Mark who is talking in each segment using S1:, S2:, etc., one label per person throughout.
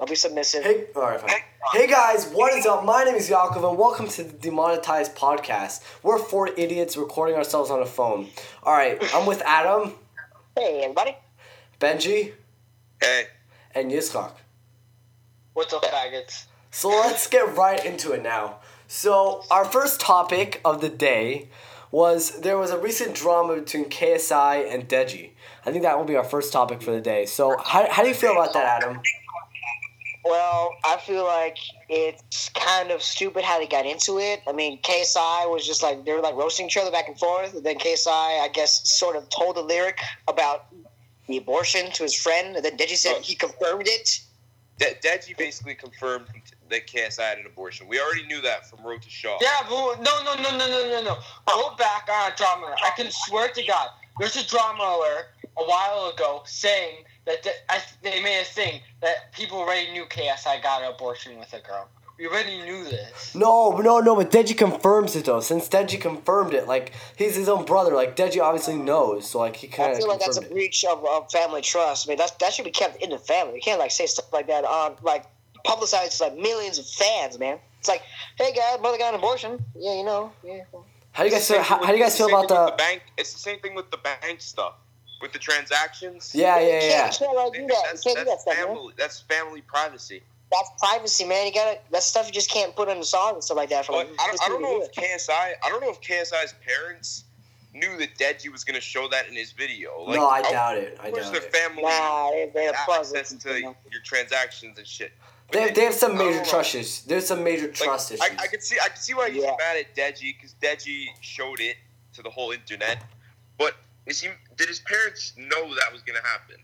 S1: I'll be submissive.
S2: Hey, all right, fine. hey guys, what is up? My name is Yakov, and welcome to the Demonetized Podcast. We're four idiots recording ourselves on a phone. All right, I'm with Adam,
S1: Hey, everybody.
S2: Benji,
S3: Hey.
S2: and Yitzchak.
S4: What's up, faggots?
S2: So let's get right into it now. So our first topic of the day was there was a recent drama between KSI and Deji. I think that will be our first topic for the day. So how, how do you feel about that, Adam?
S1: Well, I feel like it's kind of stupid how they got into it. I mean, KSI was just like, they were like roasting each other back and forth. And then KSI, I guess, sort of told a lyric about the abortion to his friend. And then Deji said he confirmed it.
S3: De- Deji basically confirmed that KSI had an abortion. We already knew that from Road to Shaw.
S4: Yeah, but no, no, no, no, no, no, no. Go back on a drama alert. I can swear to God, there's a drama alert a while ago saying that the, I, they made a thing that people already knew KSI got an abortion with a girl. We already knew this.
S2: No, no, no, but Deji confirms it though. Since Deji confirmed it, like he's his own brother, like Deji obviously knows, so like he kind
S1: I
S2: of
S1: feel like that's a
S2: confirmed it.
S1: breach of, of family trust. I mean, that's, that should be kept in the family. You can't like say stuff like that on like publicized to, like millions of fans, man. It's like, hey guys, mother got an abortion. Yeah, you know. Yeah.
S2: How do you guys feel? How, how do you guys
S3: It's the
S2: feel
S3: same
S2: about
S3: thing with the
S2: the?
S3: bank? It's the same thing with the bank stuff, with the transactions.
S2: Yeah, yeah,
S1: You
S2: yeah.
S1: can't, you can't like,
S3: They-
S1: do that.
S3: That's,
S1: you can't do that
S3: that's
S1: stuff, man.
S3: family. That's family privacy.
S1: that's privacy, man. You gotta that's stuff you just can't put in a song and stuff like that. For
S3: But
S1: like,
S3: Oh, I, don't- I don't know if
S1: It.
S3: KSI. I don't know if KSI's parents knew that Deji was going to show that in his video. Like,
S2: No, I
S3: how-
S2: doubt it. I
S3: Of course,
S2: doubt
S3: their
S2: it.
S3: family
S1: Nah, they- they
S3: has
S1: puzzle.
S3: access to your transactions and shit.
S2: They have, they have some
S3: I don't
S2: major
S3: know.
S2: trust issues. There's some major
S3: Like,
S2: trust
S3: I,
S2: issues.
S3: I could see, I could see why he's
S1: Yeah.
S3: mad at Deji because Deji showed it to the whole internet. But is he? Did his parents know that was gonna happen?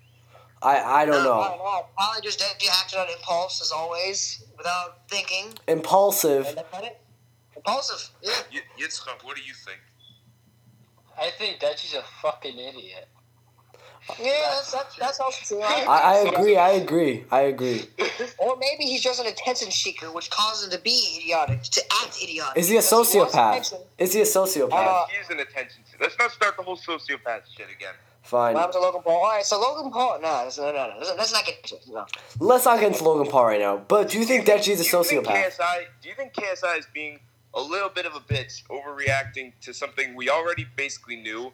S2: I, I don't
S1: I
S2: know.
S1: Probably just you acted on impulse as always, without thinking.
S2: Impulsive.
S1: And that's about it. Impulsive. Yeah.
S3: Y- Yitzchak, what do you think?
S4: I think Dutchie's a fucking idiot.
S1: Yeah, that's that's, that's also true.
S2: I,
S1: I-
S2: I agree. I agree. I agree.
S1: or maybe he's just an attention seeker, which causes him to be idiotic, to act idiotic.
S2: Is he a
S1: Because he wants
S2: sociopath?
S1: attention.
S2: Is he a sociopath?
S1: Uh,
S3: He's an attention. se- Let's not start the whole sociopath shit again.
S2: Fine.
S1: What happened to Logan Paul? All right, so Logan Paul. No, that's- no, no, no. Let's, let's not get into it. No.
S2: Let's not get into Logan Paul right now. But do you think that she's a
S3: Do you think
S2: sociopath?
S3: KSI, do you think KSI is being a little bit of a bitch, overreacting to something we already basically knew,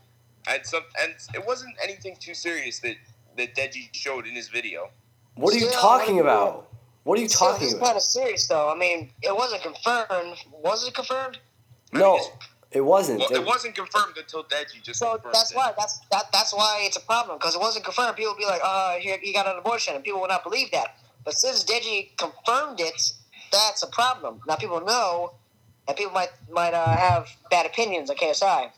S3: and some, and it wasn't anything too serious that that Deji showed in his video.
S2: What are you
S1: Yeah,
S2: talking
S1: what do you-
S2: about? What are you
S1: Still,
S2: talking
S1: it's
S2: about?
S1: kind of serious, though. I mean, it wasn't confirmed. Was it confirmed?
S2: No, it wasn't.
S3: Well, it wasn't confirmed until Deji just.
S1: So
S3: confirmed
S1: that's
S3: it.
S1: why that's that, that's why it's a problem because it wasn't confirmed. People would be like, "Oh, he, he got an abortion," and people would not believe that. But since Deji confirmed it, that's a problem. Now people know, and people might might uh, have bad opinions on KSI.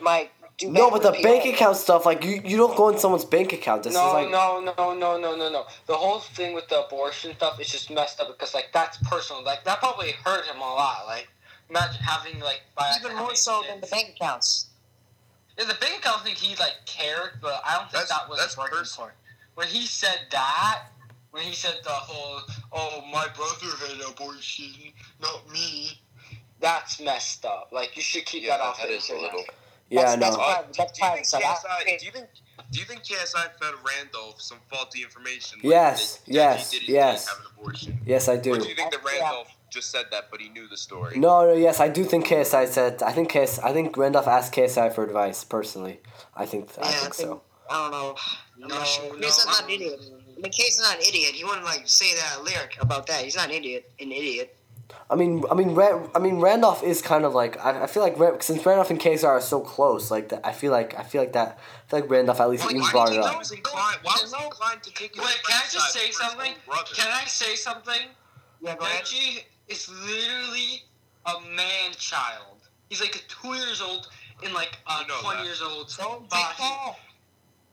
S1: Might do
S2: No,
S1: bad
S2: but the
S1: for
S2: bank
S1: PR.
S2: account stuff, like you, you don't go in someone's bank account. This
S4: no,
S2: is like
S4: no, no, no, no, no, no. The whole thing with the abortion stuff is just messed up because like that's personal. Like that probably hurt him a lot. Like imagine having like by
S1: even
S4: having
S1: more so than
S4: kids.
S1: the bank accounts.
S4: Yeah, the big account think he like cared, but I don't think
S3: That's-
S4: that was
S3: that's
S4: his working
S3: personal.
S4: point. When he said that, when he said the whole "oh my brother had an abortion, not me," that's messed up. Like you should keep that off. the internet.
S2: yeah,
S1: that's, That's
S2: no.
S1: private. That's
S3: do you
S1: private
S3: think
S1: stuff.
S3: KSI? Do you think? Do you think KSI fed Randolph some faulty information? like
S2: Yes,
S3: that Deji
S2: yes,
S3: did
S2: yes.
S3: Have an abortion.
S2: Yes, I
S3: Or
S2: do.
S3: do you think that
S1: Yeah.
S3: Randolph just said that, but he knew the story?
S2: No, no, yes, I do think KSI said. I think KS, I think Randolph asked KSI for advice personally. I think, I
S1: Yeah, I
S2: think so.
S1: I don't know.
S4: No,
S1: I'm not sure.
S4: no,
S1: Mason's not an
S4: no,
S1: idiot. I mean, Kate's not an idiot. You wouldn't like say that lyric about that. He's not an idiot. An idiot.
S2: I mean, I mean, Ra- I mean, Randolph is kind of like. I, I feel like Ra- since Randolph and KSI are so close, like that, I feel like I feel like that. I feel like Randolph at least
S3: Like,
S2: even
S3: why
S2: brought
S3: did
S2: it
S3: he
S2: up.
S3: always inclined? Why was he inclined to take?
S4: Wait, can I just say something? Can I say something?
S1: Yeah, go ahead.
S4: Reggie is literally a man child. He's like two years old and like a
S3: You know
S4: twenty
S3: that.
S4: years old.
S1: Don't
S4: body.
S1: take that.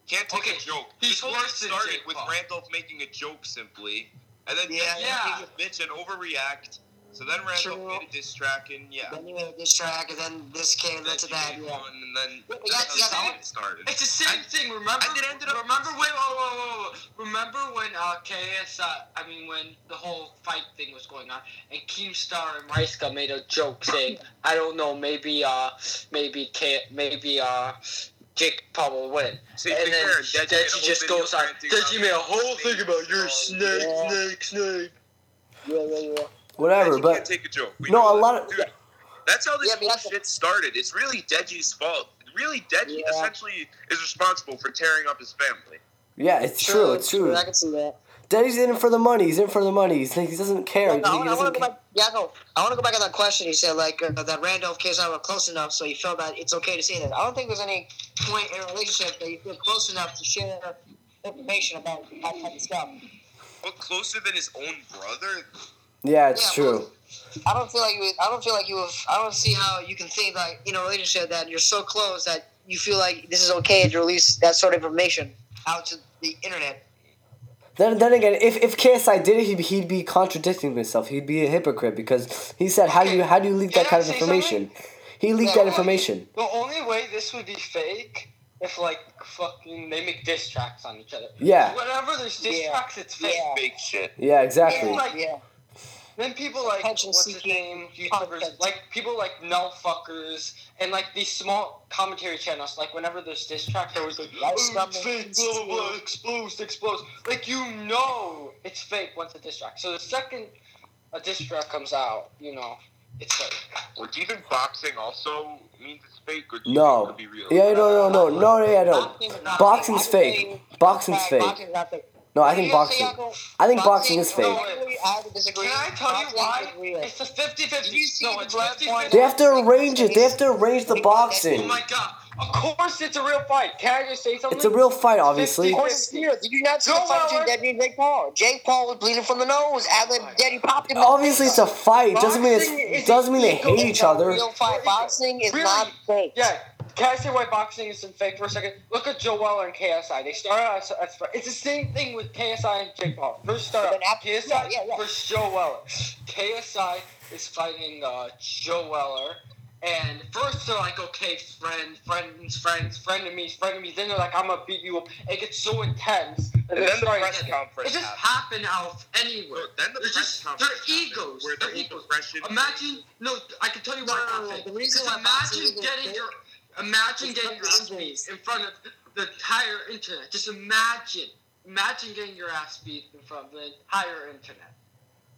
S3: Can't take
S4: Okay,
S3: a joke.
S4: he's
S3: This whole
S4: worse
S3: thing
S4: than
S3: started
S4: Jake
S3: with
S4: Paul.
S3: Randolph making a joke simply, and then
S1: Yeah.
S3: Deji
S4: Yeah.
S3: being a bitch and overreact. So then Randolph
S1: True.
S3: made a diss track, and yeah.
S1: Then you had this track, and then this came, then to that.
S3: Deji made
S1: Yeah.
S3: one, and then
S1: But
S3: that's
S1: yeah,
S3: how
S1: yeah,
S3: it started.
S4: It's the same
S3: And-
S4: thing. Remember?
S3: and it ended up-
S4: remember when? Oh, whoa, whoa, whoa. Remember when uh, KSI? I mean, when the whole fight thing was going on, and Keemstar and Reiska made a joke saying, "I don't know, maybe, uh, maybe, K- maybe, uh, Jake Paul will win.
S3: See,
S4: and
S3: to be
S4: then
S3: fair,
S4: Deji,
S3: Deji made a whole
S4: just
S3: video
S4: goes on.
S3: ranting
S4: Deji
S3: about
S4: made a
S3: how
S4: whole
S3: insane
S4: thing about you're a
S3: Paul
S4: snake,
S1: is."
S4: snake, snake.
S1: Yeah, yeah, yeah.
S2: Whatever,
S3: Deji can't
S2: but
S3: take a joke. We
S2: No,
S3: know
S2: a
S3: that.
S2: lot of-
S3: Dude, that's how this
S1: Yeah, but
S3: whole
S1: that's-
S3: shit started. It's really Deji's fault. Really, Deji
S1: Yeah.
S3: essentially is responsible for tearing up his family.
S2: yeah, it's true. It's true.
S1: I can see that.
S2: Daddy's in it for the money. He's in it for the money. He's, he doesn't care.
S1: No,
S2: He
S1: no, I
S2: doesn't-
S1: want, I
S2: he
S1: want
S2: doesn't
S1: to go
S2: care.
S1: back. Yeah, no, I want to go back on that question. He said like uh, that Randolph case I were close enough, so you felt that it's okay to say that. I don't think there's any point in a relationship that you feel close enough to share information about that type of stuff.
S3: But closer than his own brother?
S2: Yeah, it's
S1: Yeah, well,
S2: true.
S1: I don't feel like you. I don't feel like you. Have, I don't see how you can think like in a relationship that you're so close that you feel like this is okay to release that sort of information out to the internet.
S2: Then, then again, if, if KSI did it, he'd, he'd be contradicting himself. He'd be a hypocrite because he said, "How do you how do you leak
S4: Can
S2: that
S4: I
S2: kind of
S4: say
S2: information?" He leaked
S1: Yeah.
S2: that information.
S4: The only way this would be fake if like fucking they make diss tracks on each other.
S2: Yeah.
S4: Whenever there's diss
S1: Yeah.
S4: tracks, it's fake.
S1: Yeah.
S3: Fake shit.
S2: Yeah, exactly.
S4: Like-
S1: yeah.
S4: Then people like
S1: Attention
S4: what's his
S1: seeking
S4: name YouTubers
S1: content.
S4: like people like Null fuckers and like these small commentary channels. Like whenever there's diss tracks, they're always like,
S1: Like
S4: oh, it's
S1: some-
S4: fake, blah blah blah, exposed, exposed. Like you know it's fake once a diss track. So the second a diss track comes out, you know it's fake.
S3: Well, do you think boxing also means it's fake, or do you
S2: No.
S3: think it could be real?
S2: Yeah, no, no, no, no, no, yeah, no.
S1: Boxing is not-
S2: Boxing's
S1: I'm
S2: fake.
S1: saying-
S2: Boxing's fake.
S1: Boxing is not fake.
S2: No, I think
S1: You say,
S2: boxing.
S1: Yako,
S2: I think boxing is
S1: no,
S2: fake.
S1: wait, I have to disagree.
S4: Can I tell you
S1: Boxing
S4: why?
S1: is real.
S4: It's a 50
S1: Did you
S4: 50.
S1: see
S4: No,
S1: the
S4: it's
S1: black
S4: 50
S1: point?
S2: They have to arrange it. They have to arrange the
S4: Oh
S2: boxing.
S4: my god. Of course it's a real fight. Can I just say something?
S2: It's a real fight, obviously.
S1: Of course it's real. Did you not see
S4: No,
S1: the fight
S4: Howard. Oh
S1: between Debbie and Jake Paul? Jake Paul was bleeding from the nose. Adlin, Debbie popped him. in the
S2: Obviously,
S1: face.
S2: it's a fight. Doesn't mean
S4: Boxing
S2: it's
S4: is
S2: doesn't mean they
S1: It's
S2: hate
S1: a
S2: each other.
S1: Real fight. Boxing is
S4: Really?
S1: not fake.
S4: Yeah. Can I say why boxing is some fake for a second? Look at Joel and KSI. They started out as, as it's the same thing with KSI and Jake Paul. First start
S1: But
S4: out
S1: then after-
S4: KSI
S1: yeah, yeah, yeah.
S4: versus Joe Weller. KSI is fighting uh, Joe Weller. And first they're like, okay, friend, friends, friends, frenemies, frenemies. Then they're like, I'm gonna beat you up. It gets so intense. And,
S3: then the press
S4: It
S3: conference
S4: just happened out of anywhere.
S3: No, then the
S4: There's
S3: press
S4: just,
S3: conference
S4: They're
S3: happened
S4: egos.
S3: where the
S4: They're egos.
S3: impression-
S4: Imagine, no, I can tell you why
S1: No,
S4: it's not fake.
S1: the reason
S4: 'Cause
S1: why boxing
S4: imagine
S1: isn't
S4: getting
S1: fake
S4: your Imagine
S1: It's
S4: getting your
S1: not
S4: ass beat
S1: business.
S4: in front of the entire internet. Just imagine. Imagine getting your ass beat in front of the entire internet.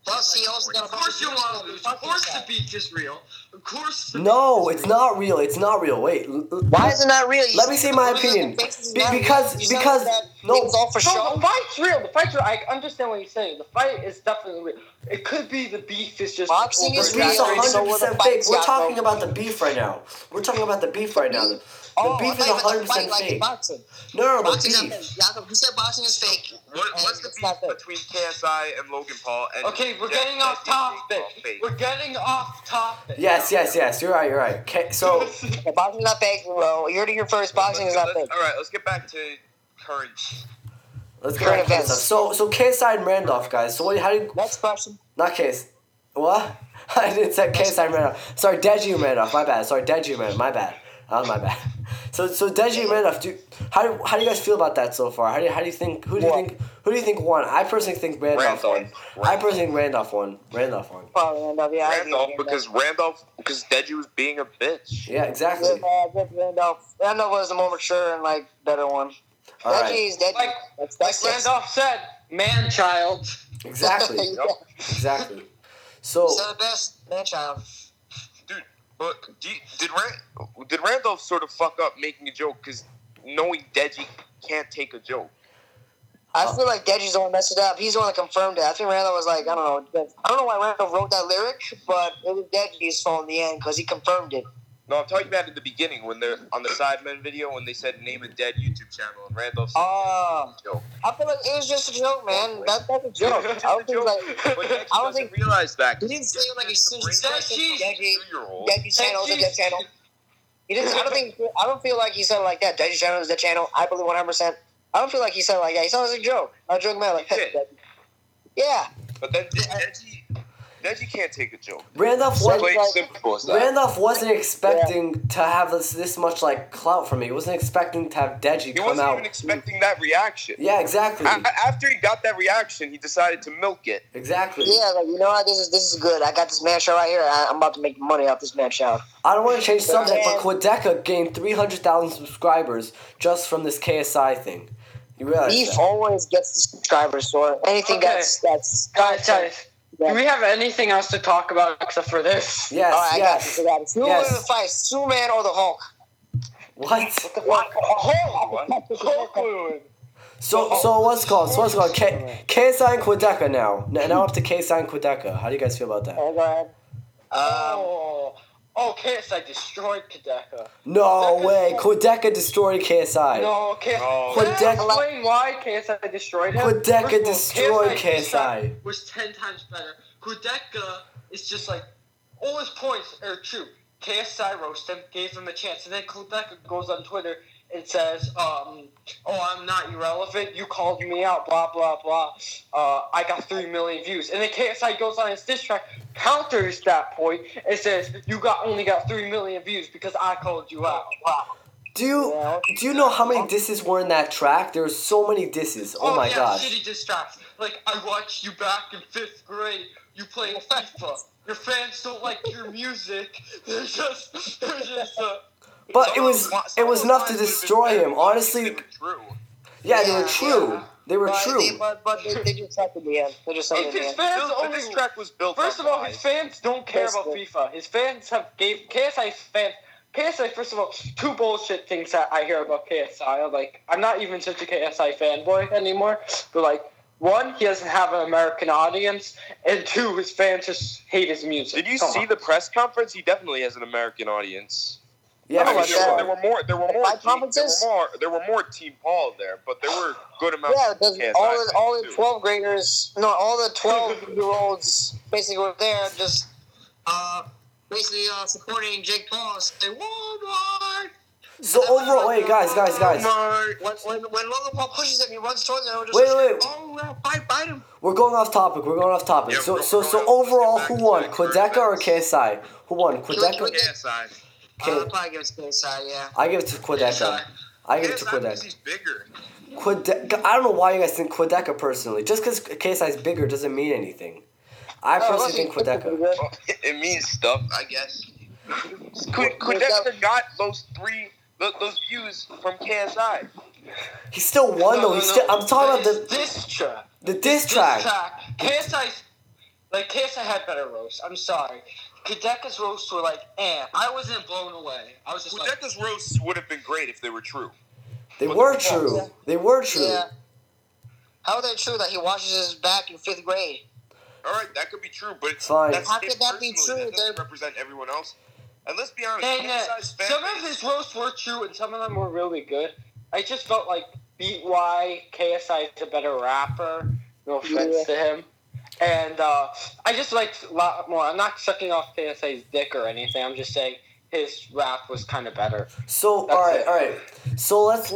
S1: Plus, he also got a
S4: Of course you want to lose. Of course the
S1: Why
S4: beat is real. Of course the
S2: No,
S4: beat is
S2: it's
S4: real.
S2: not real. It's not real. Wait. l- l-
S1: is it not real? You
S2: Let me
S1: said
S2: say my
S1: the reason
S2: opinion.
S1: the fake is
S2: Be-
S1: not real.
S2: because-
S1: You said
S2: because-
S1: that
S2: no.
S1: it's all for
S4: No, the
S1: show.
S4: fight's real. The fight's real. I understand what you're saying. The fight is definitely real. It could be the beef is just
S1: Boxing
S4: over
S1: is
S2: This
S4: exaggerated.
S1: real.
S2: beef's
S4: So
S1: So
S2: 100
S1: were the
S2: percent fake.
S1: fights,
S2: We're
S1: Yako.
S2: talking about the beef right now. We're talking about the beef right now. The, the
S1: Oh, I
S2: beef is
S1: thought you meant the
S2: 100
S1: fight
S2: percent
S1: like
S2: fake.
S1: boxing.
S2: No, no, no, the
S1: Boxing's not
S2: beef.
S1: fake. Yako, you said boxing is fake.
S3: What,
S1: And
S3: what's the
S1: it's
S3: beef
S1: not fake.
S3: between KSI and Logan Paul? And
S4: Okay, we're
S3: Yeah,
S4: getting
S3: that
S4: off
S3: is Jake Paul
S4: topic.
S3: fake.
S4: We're getting off topic.
S2: Yes, yes, yes. You're right. You're right. Okay, so
S1: Yeah, boxing's not fake, bro. You heard it here first. Boxing is
S3: Let's-
S1: not
S3: let's-
S1: fake.
S3: All right, let's get back to current.
S2: let's go
S1: Current
S2: back to this
S1: events.
S2: stuff. So, so KSI and Randolph, guys. So, what? How do you?
S1: Next question.
S2: Not KS. What? I didn't say KSI and Randolph. Sorry, Deji and Randolph. My bad. Sorry, Deji and Randolph. My bad. That was my bad. So, so Deji and Randolph. Do how do how do you guys feel about that so far? How do you, how do you think? Who do you
S1: What?
S2: think? Who do you think won? I personally think Randolph, won.
S3: Randolph.
S2: I personally think Randolph won. Randolph won.
S1: Probably end up, yeah. I agree
S3: Randolph,
S1: with
S3: because Randolph, because Deji was being a bitch.
S2: Yeah, exactly.
S1: Randolph. Yeah, I guess Randolph. Randolph was the more mature and like better one.
S2: All right.
S1: Deji's Deji.
S4: Like-
S1: that's,
S4: Like
S1: that's it.
S4: Randolph said, man child.
S2: Exactly.
S1: yeah.
S3: Yup.
S2: Exactly. So
S1: So the best man child.
S3: Dude, but do you- did Rand, did Randolph sort of fuck up making a joke because knowing Deji can't take a joke?
S1: I
S2: Oh.
S1: feel like Deji's the one that messed it up. He's the one that confirmed it. I think Randall was like, I don't know. I don't know why Randall wrote that lyric, but it was Deji's fault in the end because he confirmed it.
S3: No, I'm talking about in the beginning when they're on the Sidemen video when they said name a dead YouTube channel and Randolph said
S1: Oh,
S3: joke.
S1: I feel like it was just a joke, man. That, that's a joke. I don't think like
S3: but Deji
S1: I don't
S3: doesn't
S1: think-
S3: realize that.
S1: he didn't say it like he
S3: It's the
S1: suited
S3: brain
S1: himself.
S3: of a
S1: Deji,
S3: two-year-old.
S1: Deji's channel is a dead channel. He didn't. I don't think. I don't feel like he said it like that. Deji's channel is a dead channel. I believe one hundred percent. I don't feel like he said it like that. He sounds like a joke. I was joking about it, like
S3: He did.
S1: yeah.
S3: But then Deji, Deji can't take a joke.
S2: Randolph
S3: Plain
S2: was
S1: Wait, like-
S3: simple as that.
S2: Randolph wasn't expecting to have this this much like clout from me. He wasn't expecting to have Deji
S3: he
S2: come
S3: wasn't
S2: out.
S3: even expecting that reaction.
S2: yeah, exactly,
S3: A- a- after he got that reaction, he decided to milk it.
S2: exactly.
S1: Yeah, like you know what? This is this is good. I got this man show right here. I, I'm about to make money off this man show.
S2: I don't want to change subject, but Quadeca gained three hundred thousand subscribers just from this KSI thing. You realize
S1: Beef
S2: that?
S1: always gets the subscribers for anything
S4: Okay.
S1: that's that's
S4: Guys, guys, do
S1: Yeah.
S4: we have anything else to talk about except for this?
S2: Yes,
S1: All right,
S2: yes.
S1: oh, I got it. I got it. Who
S2: Yes.
S1: wins the fight, Superman or the Hulk?
S2: What?
S1: What?
S3: Hulk,
S4: Um,
S3: what?
S2: So so what's it called? So what's it called? K- KSI and Quadeca now. N- Now up to KSI and Quadeca. How do you guys feel about that?
S1: Oh, go ahead.
S3: Um,
S4: Oh, oh, KSI destroyed Kadeka.
S2: No way. Quadeca destroyed KSI.
S4: No,
S3: No.
S4: KSI. Can I
S2: Quadeca-
S4: explain why KSI destroyed him?
S2: Quadeca
S4: First of all,
S2: destroyed
S4: KSI's
S2: KSI.
S4: defense Was ten times better. Quadeca is just like all his points are true. KSI roasted him, gave him a chance, and then Quadeca goes on Twitter and says, um, "Oh, I'm not irrelevant. You called me out. Blah blah blah. Uh, I got three million views." And then KSI goes on his diss track, counters that point, and says, "You got only got three million views because I called you out." Wow.
S2: Do you do you know how many disses were in that track? There were so many disses. Oh my
S4: yeah,
S2: gosh.
S4: Shitty diss tracks. Like I watched you back in fifth grade. You played FIFA. Your fans don't like your music. They're just, they're just. Uh,
S2: But it was it was enough to destroy him. Honestly,
S3: True.
S2: yeah, they were true. They were
S1: But,
S2: true.
S1: They, but, but they, they just suck in the end. They just suck in
S4: if
S1: the
S4: his
S1: end.
S4: fans
S3: But
S4: only.
S3: this track was built.
S4: First
S3: on
S4: of all,
S3: lies.
S4: his fans don't care about
S1: Basically.
S4: FIFA. His fans have gave KSI fans. KSI, first of all, two bullshit things that I hear about KSI. Like, I'm not even such a KSI fanboy anymore. But like, one, he doesn't have an American audience, and two, his fans just hate his music.
S3: Did you
S4: Come
S3: see
S4: on.
S3: the press conference? He definitely has an American audience.
S2: Yeah,
S3: I
S2: for
S3: mean, there, were,
S2: sure.
S3: there were more. There were more.
S1: Like
S3: Team, there
S1: conferences?
S3: were more. There were more Team Paul there, but there were good amounts.
S1: Yeah,
S3: of
S1: because
S3: KSI
S1: all the, all the
S3: fans, too.
S1: twelve graders, no, all the twelve year olds basically were there, just uh, basically uh, supporting Jake Paul. and Say Walmart.
S2: So overall, wait, guys, guys, guys.
S1: Walmart. When when when Logan Paul pushes him, he runs towards him. and Just
S2: Wait, wait.
S1: Oh, uh, bite, bite him.
S2: We're going off topic. We're going off topic.
S3: Yeah,
S2: So
S3: we're
S2: so
S3: going
S2: so
S3: off-
S2: overall,
S3: back
S2: who
S3: to
S2: won,
S3: back to
S2: Quadeca or
S3: facts.
S2: KSI? Who won, Quadeca?
S1: Yeah.
S3: KSI.
S1: Uh,
S2: Okay.
S1: I'll probably give it to KSI, yeah.
S2: I give it to Quadeca. I give it to
S3: KSI because
S2: Quadeca.
S3: he's bigger.
S2: Quadeca. I don't know why you guys think Quadeca personally. Just because KSI is bigger doesn't mean anything. I personally think Quadeca.
S3: Well, it, it means stuff, I guess. Could could
S1: that-
S3: Dexter got those three tho- those views from KSI?
S2: He still won though. He Oh,
S4: No, no,
S2: still.
S4: no.
S2: I'm talking about
S4: But
S2: the
S4: it's diss track.
S2: the diss track.
S4: Diss track. KSI's like KSI had better roasts. I'm sorry. Kadeka's roasts were like, eh. I wasn't blown away. I was just like,
S3: Kudeka's roasts would have been great if they were true.
S2: They were true. They were true.
S1: Yeah. How is that true that he washes his back in fifth grade?
S3: All right, that could be true, but it's
S2: Fine.
S3: That's
S1: How
S3: him
S1: could that be
S3: personally.
S1: true?
S3: That doesn't
S1: They're-
S3: represent everyone else. And let's be honest,
S4: and, uh,
S3: KSI's fan
S4: some of
S3: base-
S4: his roasts were true and some of them were really good. I just felt like BY KSI is a better rapper. No offense
S1: Yeah.
S4: to him. And uh, I just liked a lot more. I'm not sucking off KSI's dick or anything. I'm just saying his rap was kind of better.
S2: So
S4: That's
S2: all right,
S4: it.
S2: all right. So let's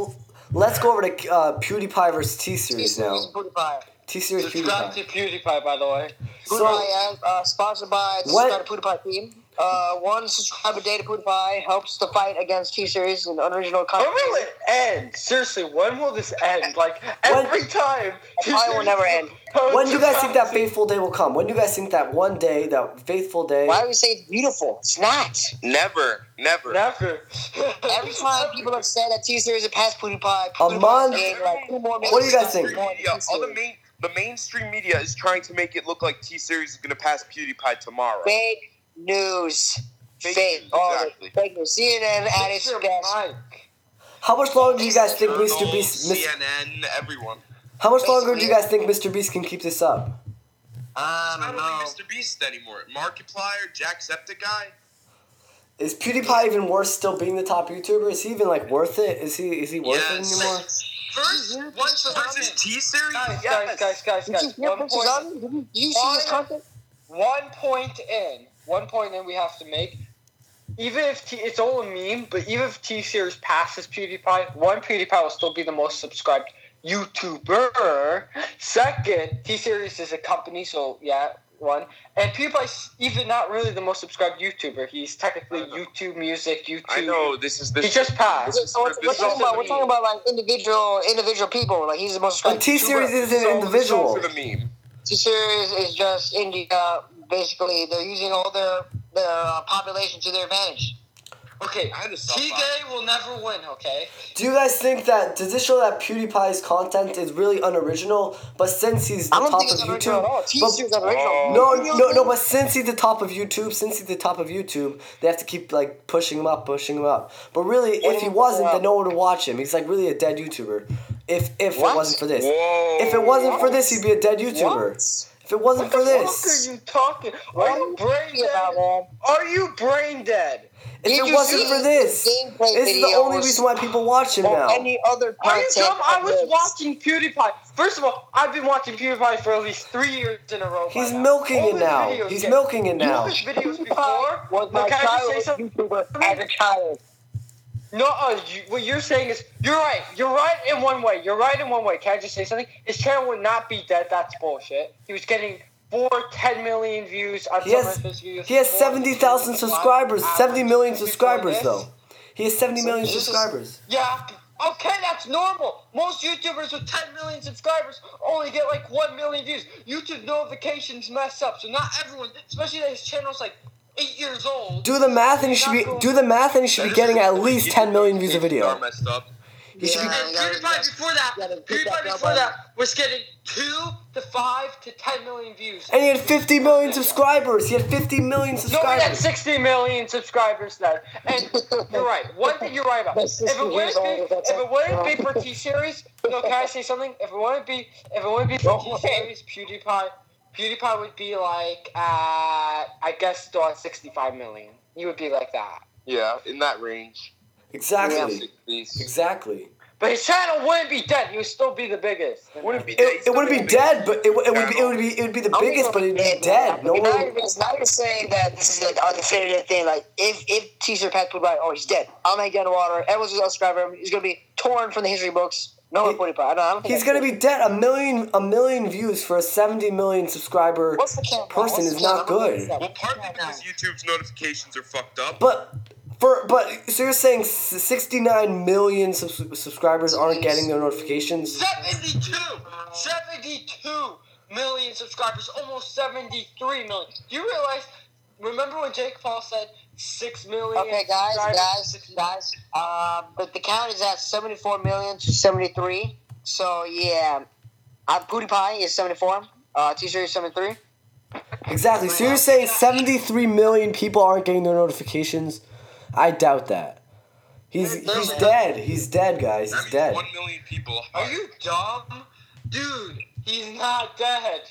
S2: let's go over to uh, PewDiePie versus T Series now.
S1: PewDiePie.
S2: T Series
S4: Subscribe to
S2: PewDiePie.
S4: PewDiePie, by the way.
S2: So
S1: PewDiePie, uh, uh, sponsored by the
S2: What-
S1: Subscribe to PewDiePie team. Uh, one subscriber day to PewDiePie helps the fight against T-Series and unoriginal
S4: When
S1: content.
S4: will it end? Seriously, when will this end? Like
S2: When-
S4: every time.
S1: probably will never end.
S2: when do you guys think that fateful day will come? When do you guys think that one day, that fateful day?
S1: Why do we say it's beautiful? It's not.
S3: never, never.
S4: Never.
S1: Every time people are upset that T-Series had passed PewDiePie, PewDiePie's
S2: month?
S1: getting, like, two more
S2: What do you guys think?
S1: million
S3: Media,
S1: views
S3: all
S1: more than
S3: the
S1: T-Series.
S3: main, the mainstream media is trying to make it look like T Series is going to pass PewDiePie tomorrow.
S1: Fake news.
S3: Fake
S1: Fake,
S3: news,
S1: all
S3: exactly.
S1: the fake news. CNN at its
S4: Picture
S1: best.
S4: Mike.
S2: How much longer do you guys think
S3: Journal,
S2: Mr. Beast? Mis-
S3: CNN, everyone.
S2: how much longer do you guys think Mr. Beast can keep this up?
S1: I
S3: It's
S1: don't
S3: not
S1: know.
S3: only Mr. Beast anymore. Markiplier, Jacksepticeye.
S2: Is PewDiePie even worth still being the top YouTuber? Is he even like worth it? Is he is he worth
S3: Yes.
S2: it anymore?
S3: First,
S1: Did you hear
S3: what's
S1: pictures on
S3: versus
S1: it?
S3: T Series?
S4: Guys,
S3: Yes.
S4: guys, guys, guys,
S1: Did you
S4: guys.
S1: hear
S4: One
S1: pictures
S4: point,
S1: on him? Did you, did you see his
S4: Fire.
S1: content?
S4: one point in. One point in we have to make. Even if T, it's all a meme, but even if T Series passes PewDiePie, one PewDiePie will still be the most subscribed YouTuber. Second, T Series is a company, so yeah, one. And PewDiePie's even not really the most subscribed YouTuber. He's technically
S3: I know.
S4: YouTube Music, YouTube.
S3: I know this is this.
S4: He just passed.
S3: This is,
S1: So we're,
S3: this
S1: we're
S3: is
S1: talking
S3: also
S1: about
S3: the
S1: we're talking
S3: meme.
S1: about like individual individual people. Like he's the most.
S2: But T Series is an
S3: It's also
S2: individual.
S3: the meme.
S1: T series is just India. Basically, they're using all their their uh, population to their advantage.
S4: Okay,
S3: I had to stop
S4: T Day will never win. Okay,
S2: Do you guys think that does this show that PewDiePie's content is really unoriginal? But since he's the
S1: I don't
S2: top
S1: think
S2: of
S1: it's original
S2: YouTube,
S1: at all. T
S2: but-
S1: series is original.
S2: No, no, no. But since he's the top of YouTube, since he's the top of YouTube, they have to keep like pushing him up, pushing him up. But really, if he wasn't, then no one would watch him. He's like really a dead YouTuber. If if
S1: What?
S2: it wasn't for this,
S3: Whoa.
S2: if it wasn't for this, he'd be a dead YouTuber. If it wasn't for this,
S4: fuck are you talking? Are you brain
S1: Think about
S4: dead?
S1: that.
S4: Are you brain dead?
S2: if
S1: Did
S2: it
S1: you
S2: wasn't
S1: see
S2: for this,
S1: gameplay
S2: this is the only
S1: videos
S2: reason why people watch him
S1: or
S2: now.
S1: Any other
S4: Are you
S1: content?
S4: dumb? I
S1: of
S4: was
S1: this?
S4: watching PewDiePie. First of all, I've been watching PewDiePie for at least three years in a row. by
S2: He's
S4: now.
S2: milking
S4: All
S2: it
S4: his
S2: now.
S4: videos
S2: He's
S4: get-
S2: milking it
S4: You know
S2: now.
S4: his videos
S1: PewDiePie
S4: before.
S1: was my
S4: But can I just say
S1: childhood
S4: something?
S1: YouTuber as a child.
S4: No, uh, you, what you're saying is you're right. You're right in one way. You're right in one way. Can I just say something? His channel would not be dead. That's bullshit. He was getting four, ten million views on
S2: He
S4: some
S2: has-
S4: of his videos.
S2: He has
S4: before.
S2: seventy thousand subscribers, seventy million
S4: Before
S2: subscribers
S4: this-
S2: though. He has seventy million
S1: Jesus.
S2: subscribers.
S4: Yeah. Okay, that's normal. Most YouTubers with 10 million subscribers only get like 1 million views. YouTube notifications mess up, so not everyone, especially that his channel's like 8 years old.
S2: Do the math and he should be do the math and he should be getting at least ten million views a
S3: Are
S2: video.
S3: messed up.
S2: He should be
S1: Yeah.
S4: And PewDiePie before that,
S1: gotta pick
S4: PewDiePie
S1: that up
S4: before
S1: on-
S4: that was getting 2 to 5 to 10 million views.
S2: and he had fifty million subscribers. He had fifty million
S4: No, we had
S2: subscribers.
S4: 60 million subscribers then. And you're right. One thing you're right about.
S1: That's
S4: If it
S1: 60 years
S4: wouldn't
S1: old,
S4: be,
S1: that's
S4: if it wouldn't be
S1: all.
S4: for T series, no, can I say something? If it wouldn't be, if it wouldn't be for T series, PewDiePie, PewDiePie would be like, uh, I guess, still at 65 million. He would be like that.
S3: Yeah, in that range.
S2: Exactly.
S3: Sixties.
S2: Exactly.
S4: But his channel wouldn't be dead. He would still be the biggest.
S3: Wouldn't be.
S2: It, it wouldn't be dead, but it, would- it would be it would be it would be the biggest, but it'd be dead. No
S1: now,
S2: one.
S1: you're, now you're saying that this is an unfair thing. Like, if if T-shirt Pat put by, oh, he's dead. I'm gonna get in the water. Everyone's gonna subscribe him. He's gonna be torn from the history books. No one
S2: He-
S1: put it by. I don't, I don't think
S2: He's
S1: that's
S2: gonna be
S1: good.
S2: dead. A million a million views for a seventy million subscriber
S1: What's the count?
S2: person
S1: What's
S2: is
S1: the
S2: not
S1: count? What's
S2: good.
S1: the count?
S3: Well, partly
S1: Right now.
S3: because YouTube's notifications are fucked up.
S2: But for but so you're saying s- 69 million subs- subscribers aren't getting their notifications?
S4: 72! 72 million subscribers, almost 73 million. Do you realize? Remember when Jake Paul said 6 million?
S1: Okay, guys,
S4: subscribers?
S1: guys, guys. Uh, but the count is at 74 million to 73. So, yeah. Uh, PewDiePie is 74. Uh, T-shirt is 73.
S2: Exactly. So you're saying 73 million people aren't getting their notifications? I doubt that. He's he's dead. He's dead, guys.
S3: that
S2: He's
S3: means
S2: dead.
S3: One million people.
S4: Are you dumb? Dude, he's not dead.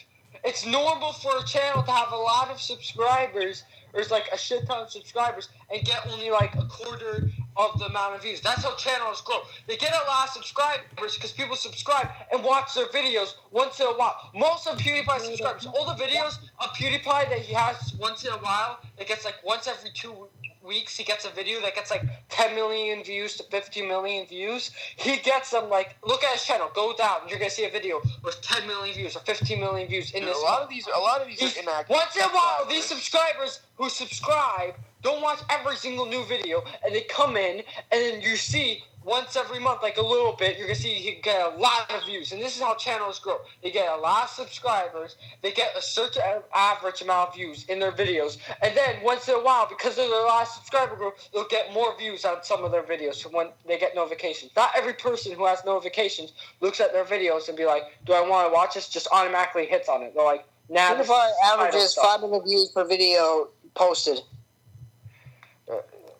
S4: It's normal for a channel to have a lot of subscribers, or it's like a shit ton of subscribers, and get only like a quarter of the amount of views. That's how channels grow. They get a lot of subscribers because people subscribe and watch their videos once in a while. Most of PewDiePie's subscribers, all the videos of PewDiePie that he has once in a while, that gets like once every two weeks he gets a video that gets like 10 million views to 50 million views he gets them like look at his channel go down you're gonna see a video with 10 million views or 15 million views in
S3: Dude,
S4: this
S3: a lot of these. A lot of these
S4: these-
S3: are inactive.
S4: once in a while these subscribers who subscribe don't watch every single new video and they come in and then you see once every month like a little bit you're gonna see you get a lot of views and this is how channels grow they get a lot of subscribers they get a certain a- average amount of views in their videos and then once in a while because of their last subscriber growth they'll get more views on some of their videos from when they get notifications not every person who has notifications looks at their videos and be like do i want to watch this just automatically hits on it they're like nah this
S1: PewDiePie
S4: is idle
S1: averages
S4: stuff.
S1: 500 views per video posted.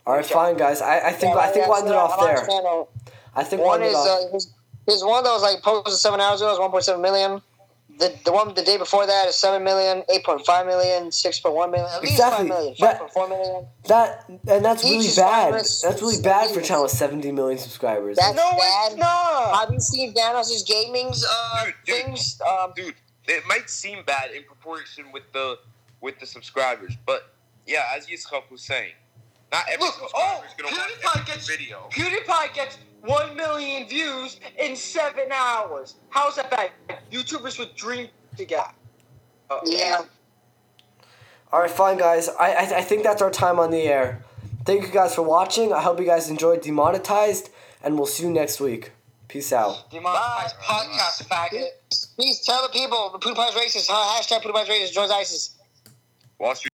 S2: All right, fine, guys. I, I think I think we'll end it off
S1: I'm on
S2: there.
S1: channel.
S2: I think we'll
S1: One
S2: end it
S1: is uh,
S2: off.
S1: his, his one that was like posted seven hours ago is 1.7 million. The, the one the day before that is 7 million, 8.5 million, 6.1 million, at least
S2: Exactly.
S1: 5 million,
S2: That-
S1: 5.4 million.
S2: That and that's really
S1: Each
S2: bad.
S1: subscriber's-
S2: That's really bad for a channel with 70 million subscribers.
S1: That's
S4: no
S1: bad.
S4: it's not
S1: Have you seen Thanos' gaming's uh,
S3: Dude, dude.
S1: things? Um,
S3: dude, it might seem bad in proportion with the with the subscribers, but yeah, as Yitzchak was saying, not every
S4: Look,
S3: subscriber
S4: oh,
S3: is gonna watch
S4: PewDiePie
S3: every
S4: gets
S3: video.
S4: PewDiePie gets 1 million views in 7 hours. How's that bad? YouTubers would dream to get. Uh,
S1: Yeah.
S2: All right, fine, guys. I, I, I think that's our time on the air. Thank you guys for watching. I hope you guys enjoyed Demonetized, and we'll see you next week. Peace out.
S4: Demonetize podcast faggot.
S1: Please tell the people the Poodle Pie's racist. Huh? Hashtag Poodle Pie's racist. Joins ISIS.
S3: Wall Street.